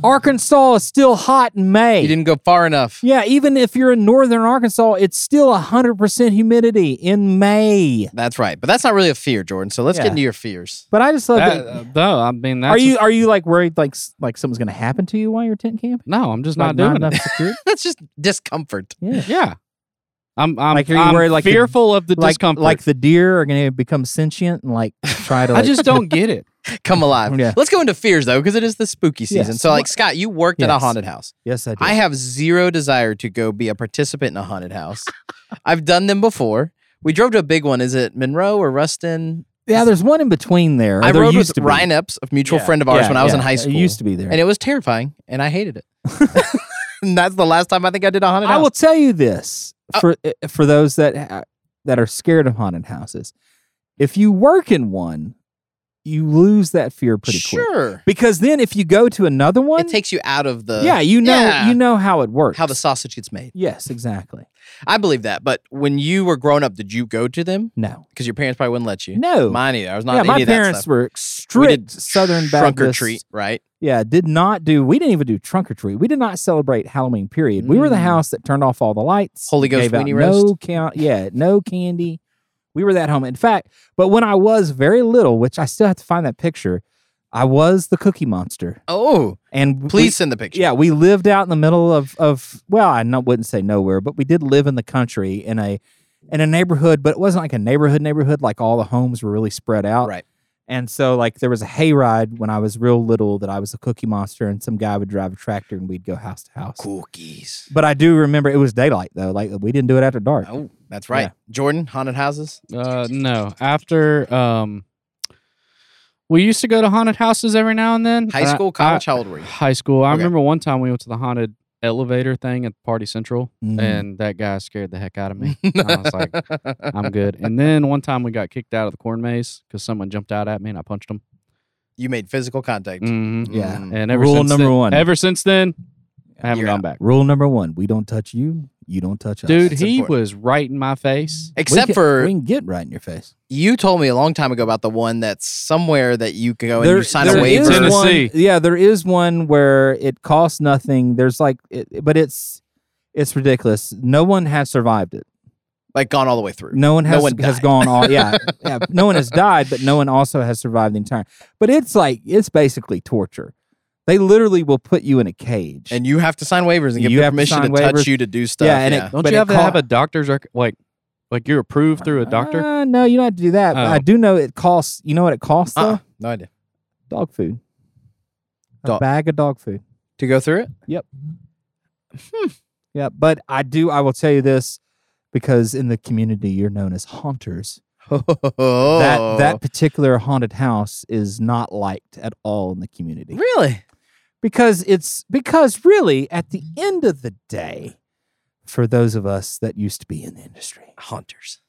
S3: Arkansas is still hot in May.
S1: You didn't go far enough.
S3: yeah, even if you're in northern Arkansas, it's still hundred percent humidity in May.
S1: That's right, but that's not really a fear, Jordan. So let's
S3: Yeah.
S1: get into your fears.
S3: But I just love
S2: That-
S3: that.
S2: uh, no, I mean, that's
S3: are you are you like worried like s- like something's gonna happen to you while you're tent camping?
S2: no, I'm just
S3: Like,
S2: not doing
S3: enough
S2: it.
S3: security?
S1: That's just discomfort.
S3: Yeah.
S2: Yeah. I'm, I'm,
S3: Like, are you
S2: I'm
S3: worried, like, the-
S2: fearful of the
S3: Like
S2: discomfort.
S3: like the deer are gonna become sentient and like try to.
S2: I
S3: Like,
S2: just don't get it.
S1: Come alive.
S3: Yeah.
S1: Let's go into fears though, because it is the spooky season.
S3: Yes.
S1: So, like
S3: What-
S1: Scott, you worked at a
S3: Yes.
S1: haunted house.
S3: Yes, I do.
S1: I have zero desire to go be a participant in a haunted house. I've done them before. We drove to a big one. Is it Monroe or Ruston?
S3: yeah, there's one in between there. or
S1: I
S3: there
S1: rode
S3: used
S1: with
S3: to be.
S1: Ryan Epps, a mutual
S3: Yeah,
S1: friend of ours,
S3: yeah,
S1: when I was in
S3: yeah.
S1: high school.
S3: It used to be there.
S1: and it was terrifying, and I hated it. and that's the last time I think I did a haunted
S3: I
S1: house.
S3: will tell you this
S1: Oh.
S3: for uh, for those that ha- that are scared of haunted houses. If you work in one, you lose that fear pretty quick.
S1: sure.
S3: Because then if you go to another one,
S1: It takes you out of the
S3: yeah, you know
S1: yeah.
S3: you know how it works.
S1: how the sausage gets made.
S3: Yes, exactly.
S1: I believe that. But when you were growing up, did you go to them?
S3: No.
S1: Because your parents probably wouldn't let you.
S3: No.
S1: Mine either. I was not.
S3: yeah,
S1: into
S3: my
S1: any of that
S3: parents
S1: stuff.
S3: were
S1: We
S3: strict
S1: did
S3: Southern
S1: trunk or
S3: Baptist.
S1: treat, right?
S3: Yeah, did not do. We didn't even do trunk or treat. We did not celebrate Halloween. Period. We were the
S1: Mm.
S3: house that turned off all the lights.
S1: Holy Ghost
S3: gave out
S1: weenie
S3: No
S1: roast?
S3: count. Yeah, no candy. We were that home. In fact, but when I was very little, which I still have to find that picture, I was the Cookie Monster.
S1: Oh,
S3: And we-
S1: please send the picture.
S3: yeah, we lived out in the middle of of well, I not, wouldn't say nowhere, but we did live in the country in a in a neighborhood, but it wasn't like a neighborhood neighborhood. Like all the homes were really spread out,
S1: Right.
S3: And so like there was a hayride when I was real little that I was a cookie monster, and some guy would drive a tractor, and we'd go house to house.
S1: Cookies.
S3: But I do remember it was daylight though. Like we didn't do it after dark.
S1: Oh, that's right.
S3: Yeah.
S1: Jordan, haunted houses.
S2: Uh, no, after, um, we used to go to haunted houses every now and then.
S1: High
S2: and I-
S3: Uh,
S1: school, college, how old were
S2: I,
S1: you?
S2: high school. I
S1: Okay.
S2: remember one time we went to the haunted elevator thing at Party Central,
S3: Mm.
S2: and that guy scared the heck out of me. I was like, I'm good. And then one time we got kicked out of the corn maze because someone jumped out at me and I punched him.
S1: you made physical contact.
S2: Mhm.
S3: Yeah.
S1: Mm.
S2: And ever
S3: Rule
S2: since
S3: number
S2: then-
S3: one.
S2: Ever since then, I haven't
S1: You're
S2: gone
S1: out.
S2: back.
S3: Rule number one: we don't touch you. You don't touch
S2: Dude,
S3: us.
S1: That's
S2: he
S1: important.
S2: was right in my face.
S3: We
S1: Except
S3: can-
S1: for
S3: we can get right in your face.
S1: you told me a long time ago about the one that's somewhere that you can go and you sign a
S2: there
S1: waiver.
S2: is one- Tennessee.
S3: One, yeah, there is one where it costs nothing. There's like, it, but it's it's ridiculous. No one has survived it.
S1: like gone all the way through.
S3: No one
S1: No
S3: has
S1: one
S3: has
S1: died.
S3: gone all. Yeah, yeah. No one has died, but no one also has survived the entire. But it's like it's basically torture. They literally will put you in a cage.
S1: And you have to sign waivers and give
S3: You
S1: you
S3: have to
S1: permission to,
S3: sign
S1: touch
S3: waivers.
S1: you to do stuff.
S3: Yeah, and it-
S2: Don't
S3: But it
S2: you have to have
S3: caught-
S2: a doctor's rec- like like you're approved through a doctor?
S3: Uh, no, you don't have to do that. but
S2: Oh.
S3: I do know it costs. You know what it costs
S1: Uh-uh.
S3: though?
S1: no idea.
S3: Dog food. A
S1: Dog-
S3: bag of dog food.
S1: To go through it?
S3: Yeah, but I do. I will tell you this because in the community you're known as haunters. that
S1: Oh.
S3: that particular haunted house is not liked at all in the community
S1: really?
S3: because it's because really at the end of the day for those of us that used to be in the industry.
S1: Hunters.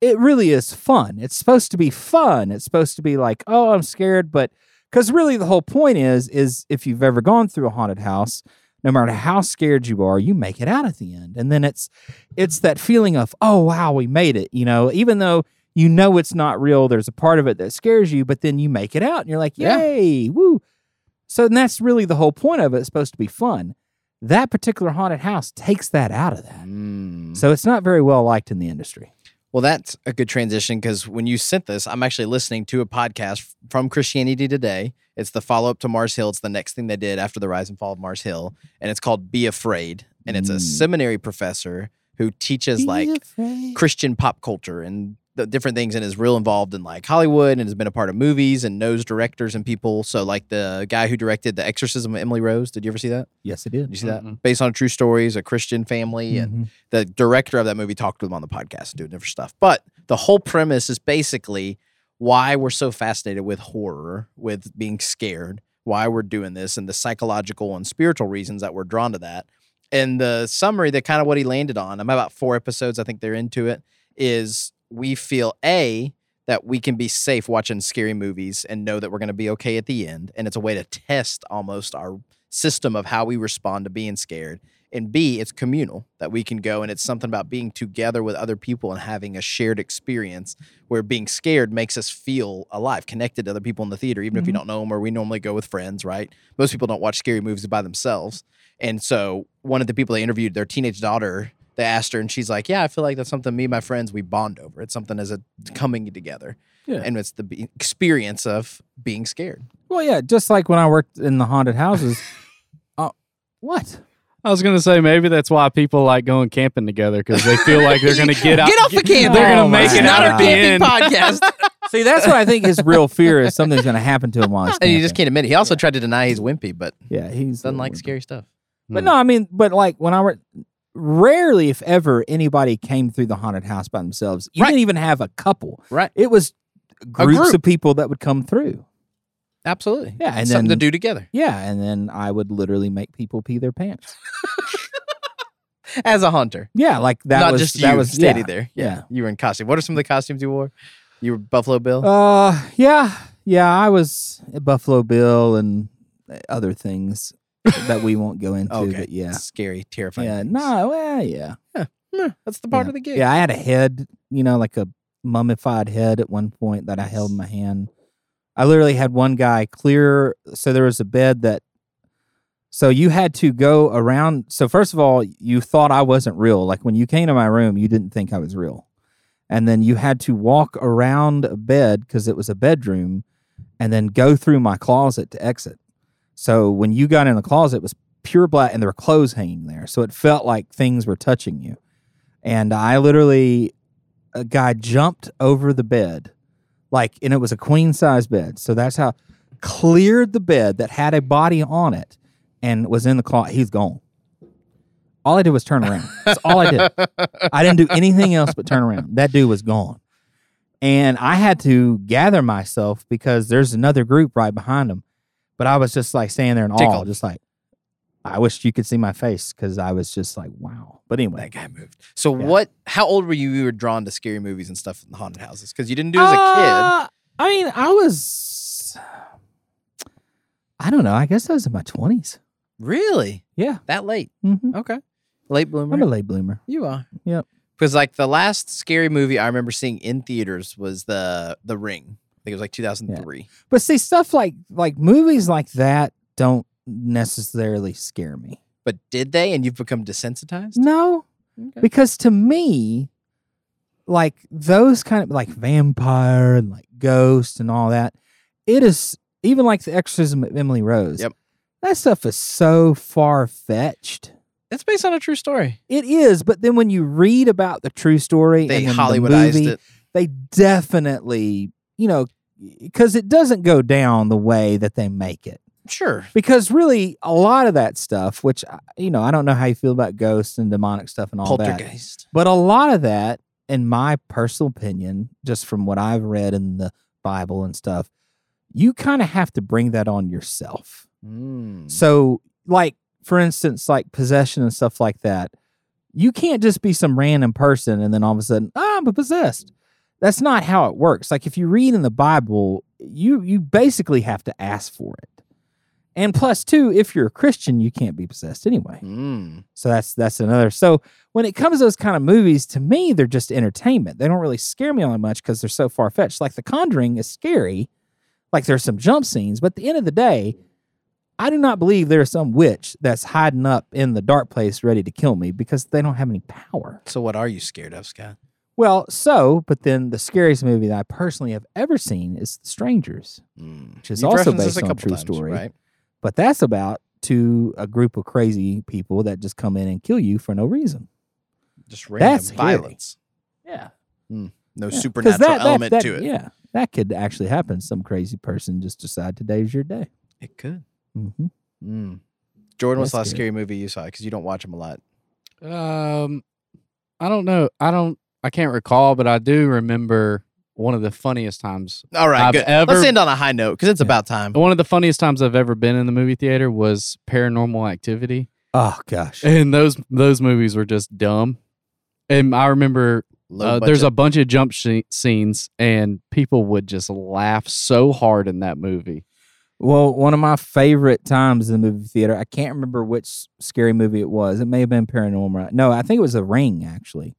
S3: It really is fun. It's supposed to be fun. It's supposed to be like, oh, I'm scared, but because really the whole point is, is if you've ever gone through a haunted house, no matter how scared you are, you make it out at the end. And then it's it's that feeling of, oh wow, we made it. You know, even though you know it's not real, there's a part of it that scares you, but then you make it out and you're like,
S1: Yeah.
S3: yay, woo. So and that's really the whole point of it. It's supposed to be fun. That particular haunted house takes that out of that.
S1: Mm.
S3: So it's not very well liked in the industry.
S1: Well, that's a good transition because when you sent this, I'm actually listening to a podcast f- from Christianity Today. It's the follow up to Mars Hill. It's the next thing they did after the rise and fall of Mars Hill. And it's called Be Afraid. And it's a
S3: Mm.
S1: seminary professor who teaches like Christian pop culture and the different things and is real involved in like Hollywood and has been a part of movies and knows directors and people. So like the guy who directed The Exorcism of Emily Rose, did you ever see that?
S3: yes, it
S1: Did you
S3: did.
S1: see that?
S2: Mm-mm.
S1: Based on true stories, a Christian family and
S3: Mhm.
S1: the director of that movie talked to them on the podcast and doing different stuff. But the whole premise is basically why we're so fascinated with horror, with being scared, why we're doing this, and the psychological and spiritual reasons that we're drawn to that. And the summary that kind of what he landed on, I'm about four episodes, I think they're into it, is we feel A, that we can be safe watching scary movies and know that we're going to be okay at the end. And it's a way to test almost our system of how we respond to being scared and B, it's communal that we can go and it's something about being together with other people and having a shared experience where being scared makes us feel alive, connected to other people in the theater, even if you
S3: Mhm.
S1: don't know them or we normally go with friends, right? Most people don't watch scary movies by themselves. And so one of the people they interviewed, their teenage daughter, they asked her and she's like, Yeah, I feel like that's something me and my friends we bond over. It's something as a coming together.
S3: Yeah.
S1: And it's the be- experience of being scared.
S3: Well, yeah, just like when I worked in the haunted houses. Oh, what?
S2: I was gonna say maybe that's why people like going camping together because they feel like they're gonna get out.
S1: off the camp.
S2: They're
S3: Oh
S2: gonna make
S3: my
S2: it out
S3: God.
S2: at the end.
S1: podcast.
S3: See, that's what I think his real fear is something's going to happen to him while he's
S1: and he just
S3: camping.
S1: can't admit it. He also tried to deny he's wimpy, but
S3: Yeah, he's
S1: doesn't like
S3: weird.
S1: scary stuff.
S3: But no, I mean, but like when I were rarely, if ever, anybody came through the haunted house by themselves. You
S1: Right.
S3: didn't even have a couple.
S1: Right.
S3: It was groups
S1: group.
S3: of people that would come through.
S1: Absolutely.
S3: Yeah, and
S1: something
S3: then-
S1: to do together
S3: Yeah, and then I would literally make people pee their pants.
S1: as a hunter.
S3: Yeah, like that
S1: Not
S3: was
S1: just
S3: that
S1: you
S3: was
S1: steady
S3: yeah.
S1: there.
S3: yeah.
S1: You were in costume. What are some of the costumes you wore? You were Buffalo Bill.
S3: Uh, yeah, yeah. I was at Buffalo Bill and uh, other things that we won't go into.
S1: Okay.
S3: But yeah,
S1: Scary, terrifying.
S3: yeah.
S1: things.
S3: No, well, yeah.
S1: Meh, that's the part
S3: yeah.
S1: of the gig.
S3: Yeah, I had a head, you know, like a mummified head at one point that I held in my hand. I literally had one guy clear. So there was a bed that. So you had to go around. So first of all, you thought I wasn't real. Like when you came to my room, you didn't think I was real. And then you had to walk around a bed because it was a bedroom and then go through my closet to exit. So when you got in the closet, it was pure black and there were clothes hanging there. So it felt like things were touching you. And I literally, a guy jumped over the bed, like, and it was a queen size bed. So that's how cleared the bed that had a body on it and was in the closet. He's gone. All I did was turn around. That's all I did. I didn't do anything else but turn around. That dude was gone. And I had to gather myself because there's another group right behind him. But I was just like standing there in awe,
S1: Tickled.
S3: just like, I wish you could see my face because I was just like, wow. But anyway,
S1: That guy moved. So
S3: Yeah.
S1: what? How old were you? You were drawn to scary movies and stuff in the haunted houses because you didn't do it as a
S3: Uh, I mean, I was. I don't know. I guess I was in my twenties.
S1: kid. Really?
S3: Yeah.
S1: That late?
S3: hmm
S1: Okay. Late bloomer.
S3: I'm a late bloomer.
S1: You are.
S3: Yep.
S1: Because like the last scary movie I remember seeing in theaters was the The Ring. I think it was like 2003.
S3: But see, stuff like like movies like that don't necessarily scare me.
S1: But did they? And you've become desensitized.
S3: No,
S1: Okay.
S3: because to me, like those kind of like vampire and like ghost and all that, it is even like the exorcism of Emily Rose.
S1: Yep.
S3: That stuff is so far fetched.
S1: It's based on a true story.
S3: It is, but then when you read about the true story,
S1: They
S3: and then the
S1: Hollywoodized
S3: movie,
S1: it.
S3: They definitely, you know, because it doesn't go down the way that they make it.
S1: Sure.
S3: Because really, a lot of that stuff, which I- you know, I don't know how you feel about ghosts and demonic stuff and all that,
S1: Poltergeist.
S3: but a lot of that, in my personal opinion, just from what I've read in the Bible and stuff, you kind of have to bring that on yourself.
S1: Mm.
S3: So, like for instance, like possession and stuff like that, you can't just be some random person and then all of a sudden "Ah, i'm possessed that's not how it works like if you read in the bible you you basically have to ask for it and plus two if you're a christian you can't be possessed anyway
S1: Mm.
S3: so that's that's another. So when it comes to those kind of movies, to me, they're just entertainment. They don't really scare me all that much because they're so far fetched. Like The Conjuring is scary. Like there's some jump scenes, but at the end of the day, I do not believe there is some witch that's hiding up in the dark place ready to kill me because they don't have any power.
S1: So what are you scared of, Scott?
S3: Well, so, but then the scariest movie that I personally have ever seen is The Strangers,
S1: Mm.
S3: which is
S1: You've
S3: also
S1: referenced this
S3: based on a
S1: couple
S3: true
S1: times,
S3: story.
S1: right?
S3: But that's about to a group of crazy people that just come in and kill you for no reason.
S1: Just random
S3: That's scary.
S1: violence,
S3: Yeah.
S1: no
S3: yeah. 'Cause
S1: supernatural
S3: that- that-
S1: element
S3: that-
S1: to it.
S3: Yeah. That could actually happen. Some crazy person just decide today's your day.
S1: It could.
S3: hmm
S1: Mm. Jordan, what's the
S3: That's
S1: last
S3: good.
S1: scary movie you saw? Because you don't watch them a lot.
S2: Um, I don't know. I don't. I can't recall, but I do remember one of the funniest times.
S1: All right,
S2: I've
S1: good. Let's
S2: ever-
S1: end on a high note because it's
S3: Yeah. Oh,
S1: about time.
S2: One of the funniest times I've ever been in the movie theater was Paranormal Activity,
S3: Oh, gosh.
S2: and those those movies were just dumb. And I remember
S1: Low
S2: uh, there's a
S1: budget.
S2: bunch of jump sh- scenes, and people would just laugh so hard in that movie.
S3: Well, one of my favorite times in the movie theater, I can't remember which scary movie it was. It may have been Paranormal. No, I think it was The Ring, actually.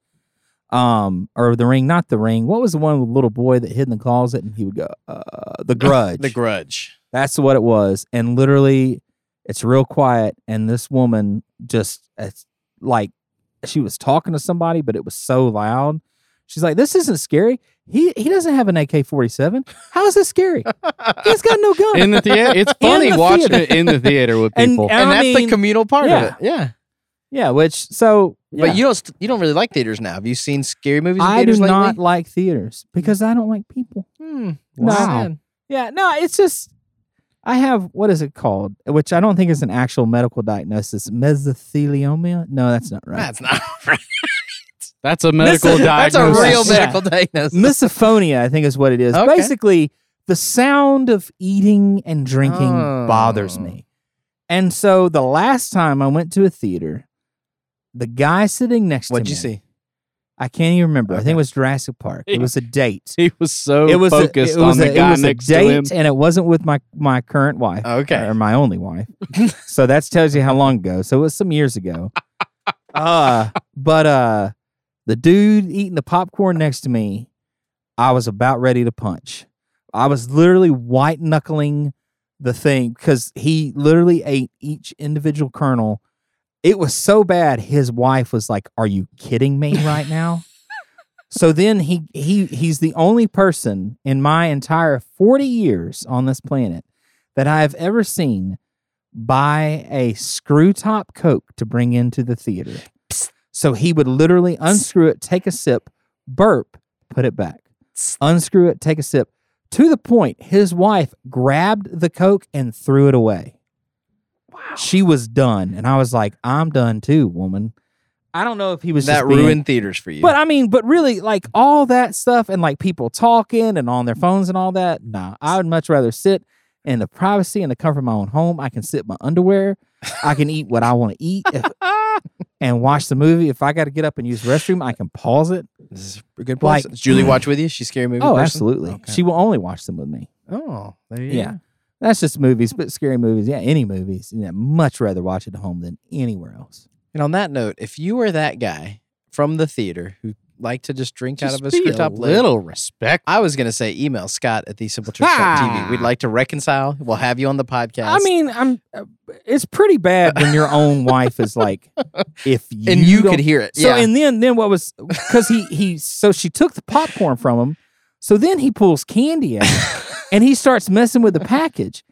S3: Um, or The Ring, not The Ring. What was the one with the little boy that hid in the closet and he would go, uh, The Grudge.
S1: The Grudge.
S3: That's what it was. And literally, it's real quiet. And this woman just, it's like, she was talking to somebody, but it was so loud. She's like, "This isn't scary. He he doesn't have an AK forty seven. How is this scary? He's got no gun."
S2: In the theater, it's funny
S3: the
S2: watching
S3: theater.
S2: it in the theater with
S3: And-
S2: people.
S3: and-
S1: and
S3: I
S1: that's the
S3: mean-
S1: communal part
S3: yeah.
S1: of it. Yeah.
S3: yeah, which so, yeah.
S1: But you don't st- you don't really like theaters now. Have you seen scary movies? In
S3: I do
S1: theaters lately?
S3: not like theaters because I don't like people.
S1: Hmm.
S3: No.
S1: Sad.
S3: Yeah, no, it's just I have what is it called? Which I don't think is an actual medical diagnosis. Mesothelioma? No, that's not right.
S1: That's not right.
S2: that's a medical
S1: that's a,
S2: diagnosis.
S1: That's a real
S3: diagnosis.
S1: medical diagnosis.
S3: Misophonia, I think is what it is.
S1: Okay.
S3: Basically, the sound of eating and drinking bothers
S1: Oh.
S3: me. And so the last time I went to a theater, the guy sitting next
S1: What'd
S3: to
S1: you
S3: me,
S1: see?
S3: I can't even remember. I
S1: Okay.
S3: think it was Jurassic Park. It was a date.
S2: He was so
S3: it was a-
S2: focused
S3: it was
S2: on the
S3: a-
S2: guy
S3: it was
S2: next
S3: a date,
S2: to him.
S3: and it wasn't with my my current wife
S1: Okay.
S3: or my only wife. so that tells you how long ago. So it was some years ago. Uh, but uh, the dude eating the popcorn next to me, I was about ready to punch. I was literally white knuckling the thing because he literally ate each individual kernel. It was so bad. His wife was like, "Are you kidding me right now?" so then he he he's the only person in my entire forty years on this planet that I have ever seen buy a screw top Coke to bring into the theater.
S1: Psst.
S3: So he would literally unscrew it, take a sip, burp, put it back,
S1: Psst.
S3: unscrew it, take a sip. To the point, his wife grabbed the Coke and threw it away.
S1: Wow.
S3: She was done. And I was like, I'm done too, woman. I don't know if he was
S1: That
S3: just being-
S1: ruined theaters for you.
S3: but I mean, but really, like all that stuff and like people talking and on their phones and all that. Nah, I would much rather sit in the privacy and the comfort of my own home. I can sit in my underwear. I can eat what I want to eat if- and watch the movie. If I got to get up and use the restroom, I can pause it.
S1: this is a good place.
S3: Like-
S1: Does Julie watch with you? She's a scary movie.
S3: oh,
S1: person?
S3: absolutely.
S1: Okay.
S3: She will only watch them with me.
S1: Oh, there you
S3: Yeah.
S1: go.
S3: That's just movies, but scary movies. Yeah, any movies. Yeah, much rather watch it at home than anywhere else.
S1: And on that note, if you were that guy from the theater who liked to just drink out
S2: Just
S1: of a
S2: be
S1: screw top lid,
S2: little respect.
S1: I was going to say email Scott at the Simple Church TV. We'd like to reconcile. We'll have you on the podcast.
S3: Ah. I mean, I'm. uh, It's pretty bad when your own wife is like, if you
S1: and you,
S3: don't
S1: could hear it.
S3: So
S1: yeah.
S3: and then then what was because he he so she took the popcorn from him. So then he pulls candy out and he starts messing with the package.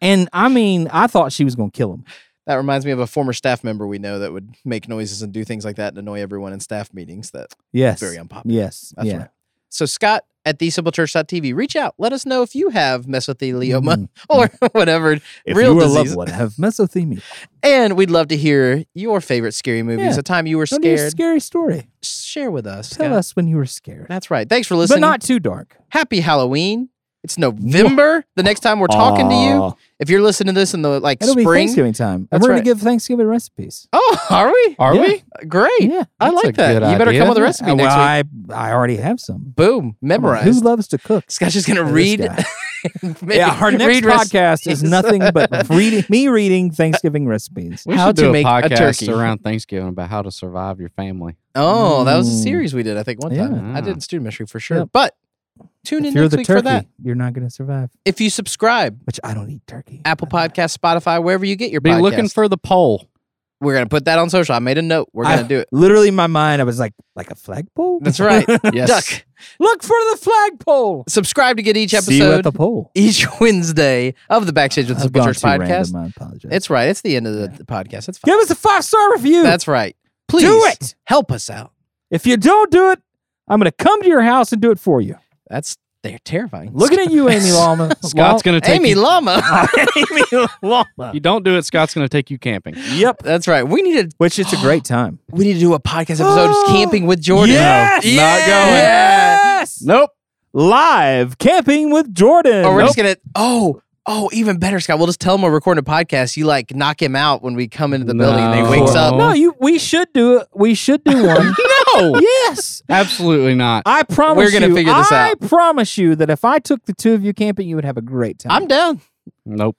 S3: And I mean, I thought she was gonna kill him.
S1: that reminds me of a former staff member we know that would make noises and do things like that and annoy everyone in staff meetings. That's
S3: Yes.
S1: very unpopular.
S3: yes.
S1: That's
S3: yeah.
S1: right. So Scott at thesimplechurch.tv, reach out. Let us know if you have mesothelioma
S3: Mm.
S1: or whatever.
S3: If
S1: Real
S3: you were a
S1: disease.
S3: loved one, have mesothemia.
S1: And we'd love to hear your favorite scary movies,
S3: Yeah.
S1: a time you were
S3: Don't do a
S1: scared.
S3: scary story.
S1: Share with us.
S3: Tell
S1: Scott.
S3: us when you were scared,
S1: That's right. Thanks for
S3: but
S1: listening.
S3: not too dark.
S1: Happy Halloween. It's November. The next time we're talking to you,
S3: Aw.
S1: if you're listening to this in the like
S3: It'll be
S1: spring.
S3: Thanksgiving time. and
S1: That's
S3: we're
S1: right.
S3: gonna give Thanksgiving recipes.
S1: oh, are we?
S2: Are
S3: Yeah.
S2: we?
S1: Great.
S3: Yeah.
S1: I
S2: That's a
S1: like that. You
S2: good
S1: better
S2: idea.
S1: come with a recipe
S3: Uh,
S1: next
S3: well,
S1: week.
S3: I I already have some.
S1: Boom.
S3: Come on, Who
S1: Memorized.
S3: loves to cook?
S1: Scott's just gonna
S3: This
S1: read.
S3: guy.
S1: yeah,
S3: yeah, our next podcast is
S1: recipes.
S3: nothing but reading me reading Thanksgiving recipes.
S2: We
S1: How
S2: should
S1: to
S2: do
S1: make a
S2: a podcast
S1: turkey.
S2: around Thanksgiving about how to survive your family.
S1: Oh, that was a
S3: Mm.
S1: series we did, I think, one time.
S2: Yeah.
S1: I did in student ministry for sure.
S3: Yep.
S1: But tune
S3: If
S1: in
S3: you're
S1: next
S3: the
S1: week for that.
S3: turkey, you're not going to survive.
S1: If you subscribe,
S3: Which I don't eat turkey.
S1: Apple Podcast, Spotify, wherever you get your
S2: Be
S1: podcast.
S2: looking for the poll.
S1: We're gonna put that on social. I made a note. We're
S3: I-
S1: gonna do it.
S3: Literally, in my mind, I was like, like a flagpole.
S1: That's right.
S2: Yes.
S1: Duck.
S3: Look for the flagpole.
S1: Subscribe to get each
S3: See you at
S1: episode
S3: the pole.
S1: each Wednesday of the Backstage with the
S3: I've
S1: Simple
S3: gone
S1: Church
S3: too
S1: podcast.
S3: random, I apologize.
S1: It's right. It's the end of the,
S3: Yeah.
S1: the podcast. It's fine.
S3: give us a five star review.
S1: That's right. Please
S3: do it.
S1: Help us out.
S3: If you don't do it, I'm going to come to your house and do it for you.
S1: That's they're terrifying.
S3: Looking at you, Amy Lama.
S2: Scott's going to take
S1: Amy
S2: you.
S1: Llama.
S3: Amy
S2: if
S3: Lama.
S2: you don't do it, Scott's going to take you camping.
S3: Yep.
S1: That's right. We need to
S3: Which is a great time.
S1: we need to do a podcast episode just
S3: Oh,
S1: camping with Jordan.
S3: Yes!
S1: No, not going.
S3: Yes!
S2: Nope.
S3: Live camping with Jordan.
S1: Or we're just gonna oh oh even better, Scott. We'll just tell him we're recording a podcast. You like knock him out when we come into the building and he
S2: No.
S1: wakes up.
S3: No, you. We should do it. We should do one.
S2: No.
S3: yes,
S2: Absolutely not.
S3: I promise.
S1: We're gonna
S3: you-
S1: figure this
S3: I
S1: out.
S3: promise you that if I took the two of you camping, you would have a great time.
S1: I'm down.
S2: Nope.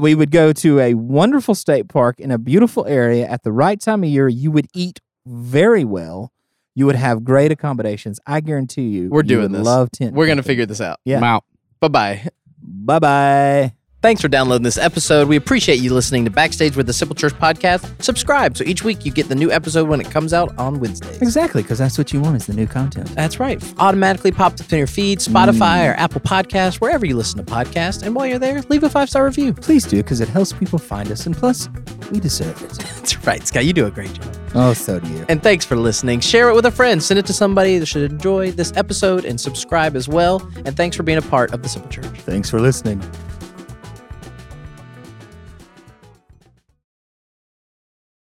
S3: we would go to a wonderful state park in a beautiful area at the right time of year. You would eat very well. You would have great accommodations. I guarantee you.
S1: We're
S3: you
S1: doing
S3: would
S1: this.
S3: Love tent.
S1: We're gonna figure this out.
S3: Yeah.
S2: I'm out.
S1: Bye bye.
S3: Bye bye.
S1: Thanks for downloading this episode. We appreciate you listening to Backstage with the Simple Church podcast. Subscribe so each week you get the new episode when it comes out on Wednesdays.
S3: Exactly, because that's what you want is the new content.
S1: That's right. Automatically popped up in your feed, Spotify or Apple Podcasts, wherever you listen to podcasts. And while you're there, leave a five star review.
S3: Please do, because it helps people find us, and plus, we deserve it.
S1: That's right, Scott. You do a great job.
S3: oh, so do you.
S1: And thanks for listening. Share it with a friend. Send it to somebody that should enjoy this episode and subscribe as well. And thanks for being a part of the Simple Church.
S3: Thanks for listening.